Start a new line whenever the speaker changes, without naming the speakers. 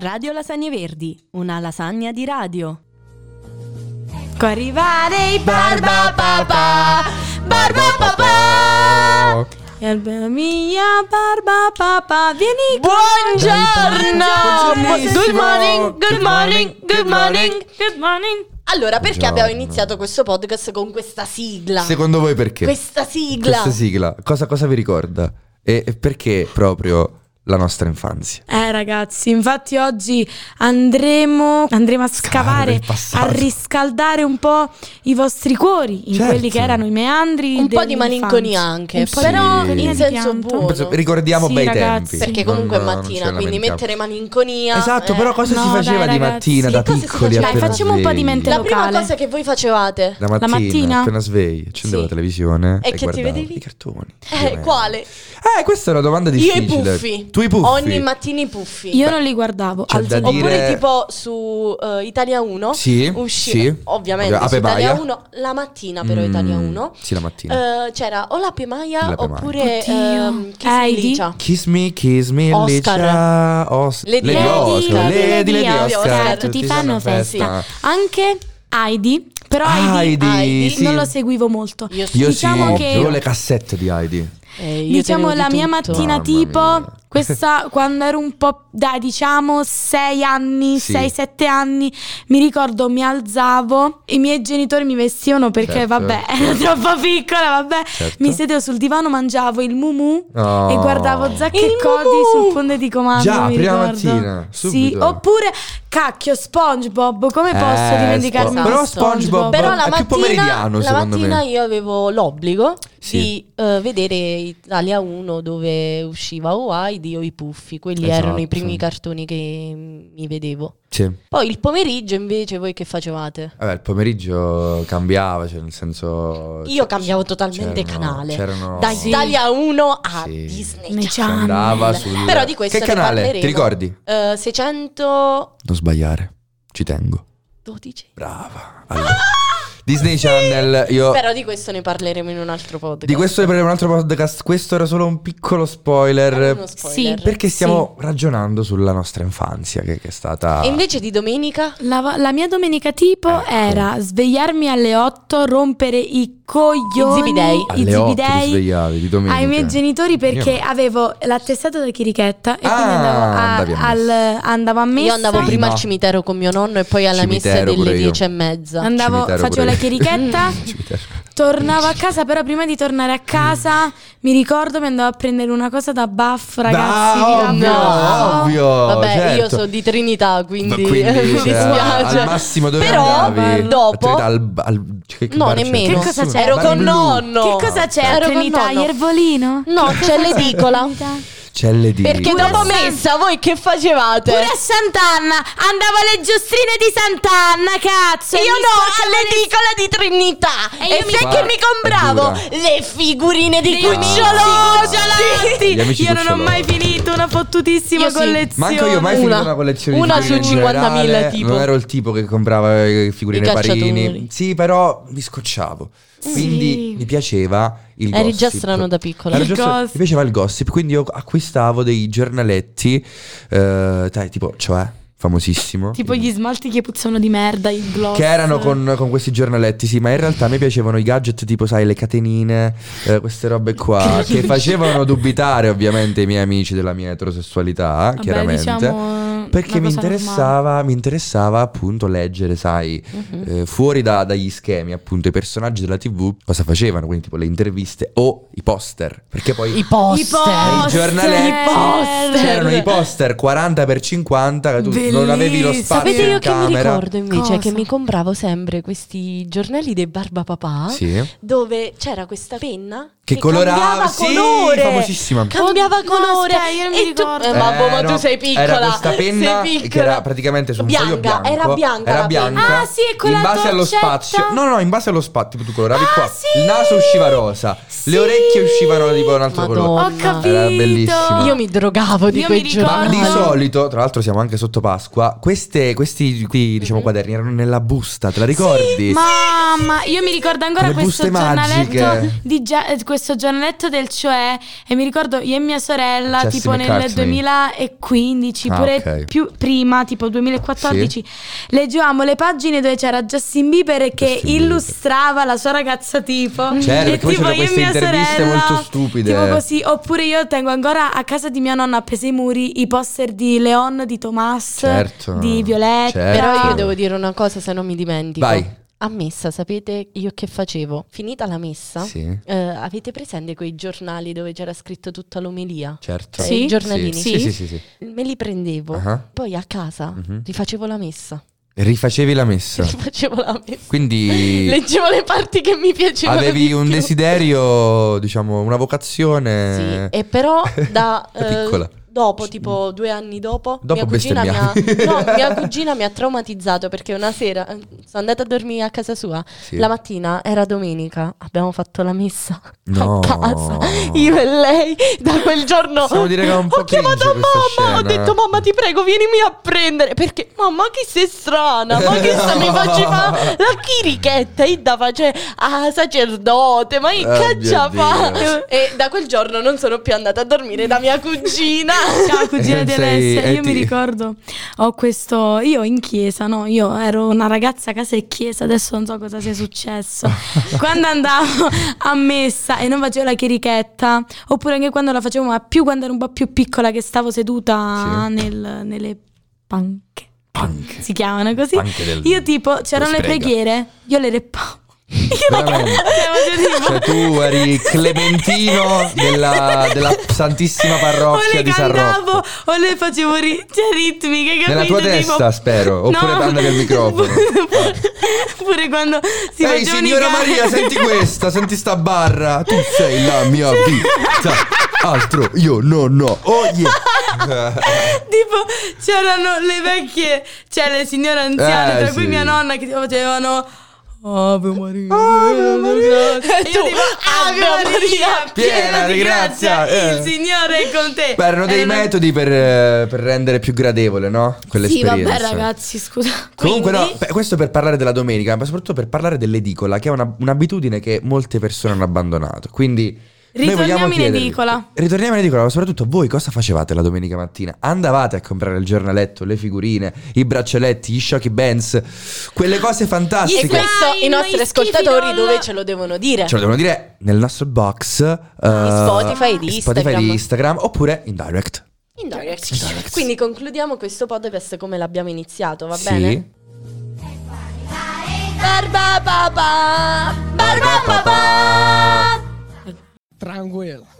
Radio Lasagne Verdi, una lasagna di radio.
Ecco arrivare i barba papà, barba papà. E almeno mia barba papà, vieni
Buongiorno! Buongiornissimo!
Good morning, good
Good
morning,
morning,
good morning, good morning.
Allora, perché
Buongiorno.
abbiamo iniziato questo podcast con questa sigla?
Secondo voi perché?
Questa sigla.
Questa sigla, cosa, cosa vi ricorda? E e perché proprio la nostra infanzia?
Eh ragazzi, infatti oggi andremo, andremo a
Scavare
scavare,
il passato.
a riscaldare un po' i vostri cuori in
Certo.
quelli che erano i meandri.
Un po' di
dell'infanzia.
malinconia anche,
Un po' di
però
malinconia
in
di
senso
pianto.
buono.
Penso- ricordiamo
Sì,
bei tempi.
ragazzi.
Perché
Non-
comunque
no,
è
non ce
mattina,
la
quindi
lamentiamo.
mettere malinconia.
Esatto,
eh.
però cosa
No,
si
dai,
faceva di
ragazzi.
mattina
Che
da
cosa si
piccoli
faceva?
appena
Dai,
facciamo un po' di
svegli?
mente
La prima
locale.
cosa che voi facevate?
La mattina,
mattina?
appena svegli, accendevo
Sì.
la televisione
E
e,
che ti
guardavo
vedevi?
i cartoni.
Eh, quale?
Eh, questa è una domanda
Io i
difficile.
puffi.
Tu i puffi.
Ogni mattina i puffi.
Io non li guardavo.
C'è
al
da
giorno-
dire-
Oppure tipo su eh, Italia 1
Sì,
usci-
sì.
ovviamente
Ovvio-
su
Ape
Italia
Maia.
1 la mattina però Italia
Mm,
1
Sì, la mattina.
eh, c'era o la Pemaia
L'Ape Maia.
oppure
Oddio.
ehm, Kiss
Heidi?
Me Licia.
Kiss me, kiss me,
Oscar.
Licia, Os-
Lady Certo,
Lady
Oscar.
Oscar, Lady, Lady Oscar,
tutti fanno festa.
festa.
Anche Heidi, però
Heidi,
Heidi,
Heidi,
sì.
non lo seguivo molto.
Io sì.
Io
Diciamo
sì,
che-
avevo le cassette di Heidi.
Eh, io
Diciamo
tenevo
la
di
mia
tutto.
mattina
Mamma
tipo,
mia.
questa quando ero un po', dai diciamo 6 anni,
Sì.
6-7 anni, mi ricordo mi alzavo, i miei genitori mi vestivano perché
Certo.
vabbè, ero troppo piccola, vabbè,
Certo.
mi sedevo sul divano, mangiavo il mumu
Oh.
e guardavo Zac
Il
e Cody
Mumu!
sul ponte di comando.
Già,
mi
prima
ricordo.
mattina,
Sì,
subito.
oppure cacchio SpongeBob, come posso
Eh,
dimenticarmi
Spo-
di
però SpongeBob-
Però la
È più
mattina,
pomeridiano,
la
secondo me.
mattina io avevo l'obbligo
Sì.
di eh, vedere Italia 1 dove usciva o Heidi o i Puffi, quelli erano i
Esatto.
primi cartoni che mm, mi vedevo.
Sì.
Poi il pomeriggio invece voi che facevate?
Vabbè, il pomeriggio cambiava, cioè nel senso...
Io
c-
cambiavo totalmente
c'erano-
canale.
C'erano...
Da
Sì.
Italia 1 a
Sì.
Disney.
Disney
si
Channel.
andava sul...
Però di questo
Che
ne
canale? Ti
parleremo.
ricordi?
Eh, 612.
Non sbagliare, ci tengo. Brava. Allora, Disney Channel, io...
Però di questo ne parleremo in un altro podcast.
Di questo ne parleremo in un altro podcast, questo era solo un piccolo
È
spoiler.
uno spoiler.
Sì.
Perché stiamo ragionando sulla nostra infanzia, che, che è stata...
E invece di domenica?
La, la mia domenica tipo
Ecco.
era svegliarmi alle 8, rompere i coglioni,
I zibidei.
i
alle 8 ti
zibidei
svegliavi di domenica.
ai miei genitori perché
Io no.
avevo l'attestato da chirichetta e
Ah,
quindi andavo a,
andavi a
al-
messa.
andavo a messa.
Io andavo prima
Prima.
al cimitero con mio nonno e poi alla messa
Cimitero
delle
pure io.
10 e mezza.
Andavo-
Cimitero
facevo
pure
la
io.
chirichetta,
Cimitero.
tornavo a casa, però prima di tornare a casa mi ricordo mi andavo a prendere una cosa da buff, ragazzi.
Da-
vi
ovvio,
ragazzo.
ovvio,
Vabbè, io
certo.
sono di Trinità,
Ma
quindi,
quindi
mi
cioè,
dispiace.
al massimo dove
Però eh,
andavi?
dopo-
A Trinità, al, al- cioè, che
No,
bar c'era?
nemmeno.
Che cosa c'era?
Ero
Bar
con
blu.
nonno.
Che cosa c'è?
Ero
a
con
Trinità,
nonno.
Iervolino?
No, c'è l'edicola.
C'è l'edicola.
Perché dopo messa voi che facevate?
Pure a Sant'Anna andavo alle giostrine di Sant'Anna, cazzo.
io
e mi sporcavo
no,
le-
all'edicola di Trinità.
E
E,
io mi-
sai che
Guarda,
mi
è
compravo?
dura.
Le figurine di
Gli cucciolotti.
cucciolotti.
Gli amici
Io non ho mai
cucciolotti.
finito una fottutissima
Io sì.
collezione.
Manco io ho mai
Una.
finito una collezione
Una
di figurine
su
in
50.000
generale.
tipo.
Non ero il tipo che comprava eh, figurine
I
parini.
cacciatori.
Sì, però mi scocciavo. Quindi mi piaceva il
Eri
gossip.
già strano da piccola.
Ero
Il
già strano-
gossip.
Mi piaceva il gossip, quindi io acquistavo dei giornaletti eh, dai, tipo, cioè, famosissimo.
Tipo gli smalti che puzzano di merda, i gloss.
Che erano con, con questi giornaletti, sì, ma in realtà a me piacevano i gadget tipo, sai, le catenine, eh, queste robe qua, che facevano dubitare ovviamente i miei amici della mia eterosessualità,
Vabbè,
chiaramente.
diciamo, eh,
Perché
una
mi
cosa
interessava, mi interessava appunto leggere, sai, eh, fuori da- dagli schemi, appunto, i personaggi della TV cosa facevano, quindi tipo le interviste o i poster. Perché poi
I poster.
I
nei giornaletti
I poster.
c'erano i poster 40 per 50, che tu non avevi lo
Bellissimo.
spazio
Sapete
in
io che mi
camera.
ricordo invece?
Cosa?
Che mi compravo sempre questi giornali dei Barbapapà
Sì.
dove c'era questa penna
Che colorava,
cambiava
sì,
colore.
famosissima.
Cambiava
Oh, no,
colore.
aspetta, io non mi
e tu,
ricordo.
eh, mamma, ma
Era-
tu sei piccola.
Era questa penna
sei
che
piccola.
era praticamente su un
bianca,
foglio bianco.
Era bianca.
Era
la penna.
bianca.
Ah, sì, e con
in
la
base allo
dolcetta.
spazio. No, no, in base allo spazio. Tipo tu coloravi
Ah,
qua.
sì!
Il naso usciva rosa.
Sì!
Le orecchie uscivano tipo un altro
Madonna.
colore.
Ho capito.
Era bellissimo.
Io mi drogavo di
Io
quei
mi ricordo-
Ma
giornali.
di
Guarda.
solito, tra l'altro siamo anche sotto Pasqua, queste, questi qui,
Mm-hmm.
diciamo, quaderni erano nella busta, te la ricordi?
Mamma, io mi ricordo ancora
Le
questo
buste
giornaletto
magiche.
di Gia- eh, questo questo giornaletto del cioè e mi ricordo io e mia sorella
Jesse
tipo nel
McCartney.
2015,
Ah,
pure
ok.
più prima, tipo 2014,
Sì.
leggevamo le pagine dove c'era Justin Bieber che
Justin Bieber.
illustrava la sua ragazza tipo
Certo,
e
perché poi
tipo
c'erano
io e
queste
mia
interviste
sorella
molto stupide.
Tipo così, oppure io tengo ancora a casa di mia nonna appesi ai muri i poster di Leon, di Tomas,
Certo.
di Violetta.
Certo.
Però io
Ah.
Certo.
devo dire una cosa se non mi dimentico.
Vai.
A messa, sapete io che facevo? Finita la messa,
Sì,
eh, avete presente quei giornali dove c'era scritto tutta l'omelia?
certo.
Eh,
Sì.
I giornalini.
Sì, sì, sì. sì, sì.
Me li prendevo,
Ah.
poi a casa
Mhm.
rifacevo la messa.
Rifacevi la messa.
Rifacevo la messa.
Quindi
Leggevo le parti che mi piacevano.
avevi
di
un
più.
desiderio, diciamo, una
Sì,
vocazione.
e però da,
Eh. Da
eh,
piccola.
dopo, tipo due anni dopo,
Dopo
mia, cugina mi ha,
bestemmiavi.
no, mia cugina mi ha traumatizzato perché una sera eh, sono andata a dormire a casa sua.
Sì.
La mattina era domenica, abbiamo fatto la messa
No.
a casa, io e lei. Da quel giorno
Possiamo dire che è un po'
ho chiamato
cringe questa
mamma, ho
scena,
detto
eh.
mamma ti prego vienimi a prendere perché mamma che sei strana, ma che sta mi faceva la chirichetta, io da cioè, ah sacerdote, ma che
Oh,
caccia
mio Dio.
fa? E da quel giorno non sono più andata a dormire da mia cugina.
Ciao cugina
Eh,
di
sei-
Alessia,
eh,
io mi
ti-
ricordo, ho questo, io in chiesa, no, io ero una ragazza a casa e chiesa, adesso non so cosa sia successo, quando andavo a messa e non facevo la cherichetta, oppure anche quando la facevo, ma più quando ero un po' più piccola che stavo seduta
Sì.
nel- nelle panche,
Panche.
si chiamano così,
Panche del-
io tipo, c'erano le
sfrega.
preghiere, io le reppavo.
Veramente? Cioè tu eri Clementino della, della Santissima Parrocchia di San
O le
Rocco.
cantavo o le facevo ri- cioè, ritmiche, capito?
Nella tua
Tipo-
testa, spero, oppure prendere il microfono.
Pure quando si
Ehi
facevano i
signora
ca-
Maria, senti questa, senti sta barra. Tu sei la mia vita. Altro io no no. Oh yeah.
Tipo, c'erano le vecchie, cioè le signore anziane,
Eh,
tra cui
sì.
mia nonna, che tipo facevano... Ave Maria,
Ave Maria.
E
E tu,
io tipo, Ave
Ave
Maria,
Maria,
piena di grazia,
eh.
il Signore è con te.
Beh, erano dei
Erano-
metodi per, eh, per rendere più gradevole, no?
Sì,
Quell'esperienza.
vabbè ragazzi, scusa.
Comunque, no,
Quindi-
beh, questo per parlare della domenica, ma soprattutto per parlare dell'edicola, che è una- un'abitudine che molte persone hanno abbandonato. Quindi. noi
Ritorniamo
vogliamo
in
chiedervi-
edicola.
Ritorniamo in edicola, ma soprattutto voi cosa facevate la domenica mattina? Andavate a comprare il giornaletto, le figurine, i braccialetti, gli shocky bands, quelle cose
E
fantastiche.
questo
slime,
i nostri
gli
ascoltatori
schifidol.
dove ce lo devono dire?
Ce lo devono dire nel nostro box eh,
Spotify di
Spotify
Instagram.
di Instagram oppure in direct.
In direct.
In direct.
Quindi concludiamo questo podcast come l'abbiamo iniziato, va
sì.
bene? Barba papà, barba papà.
Tranquilo.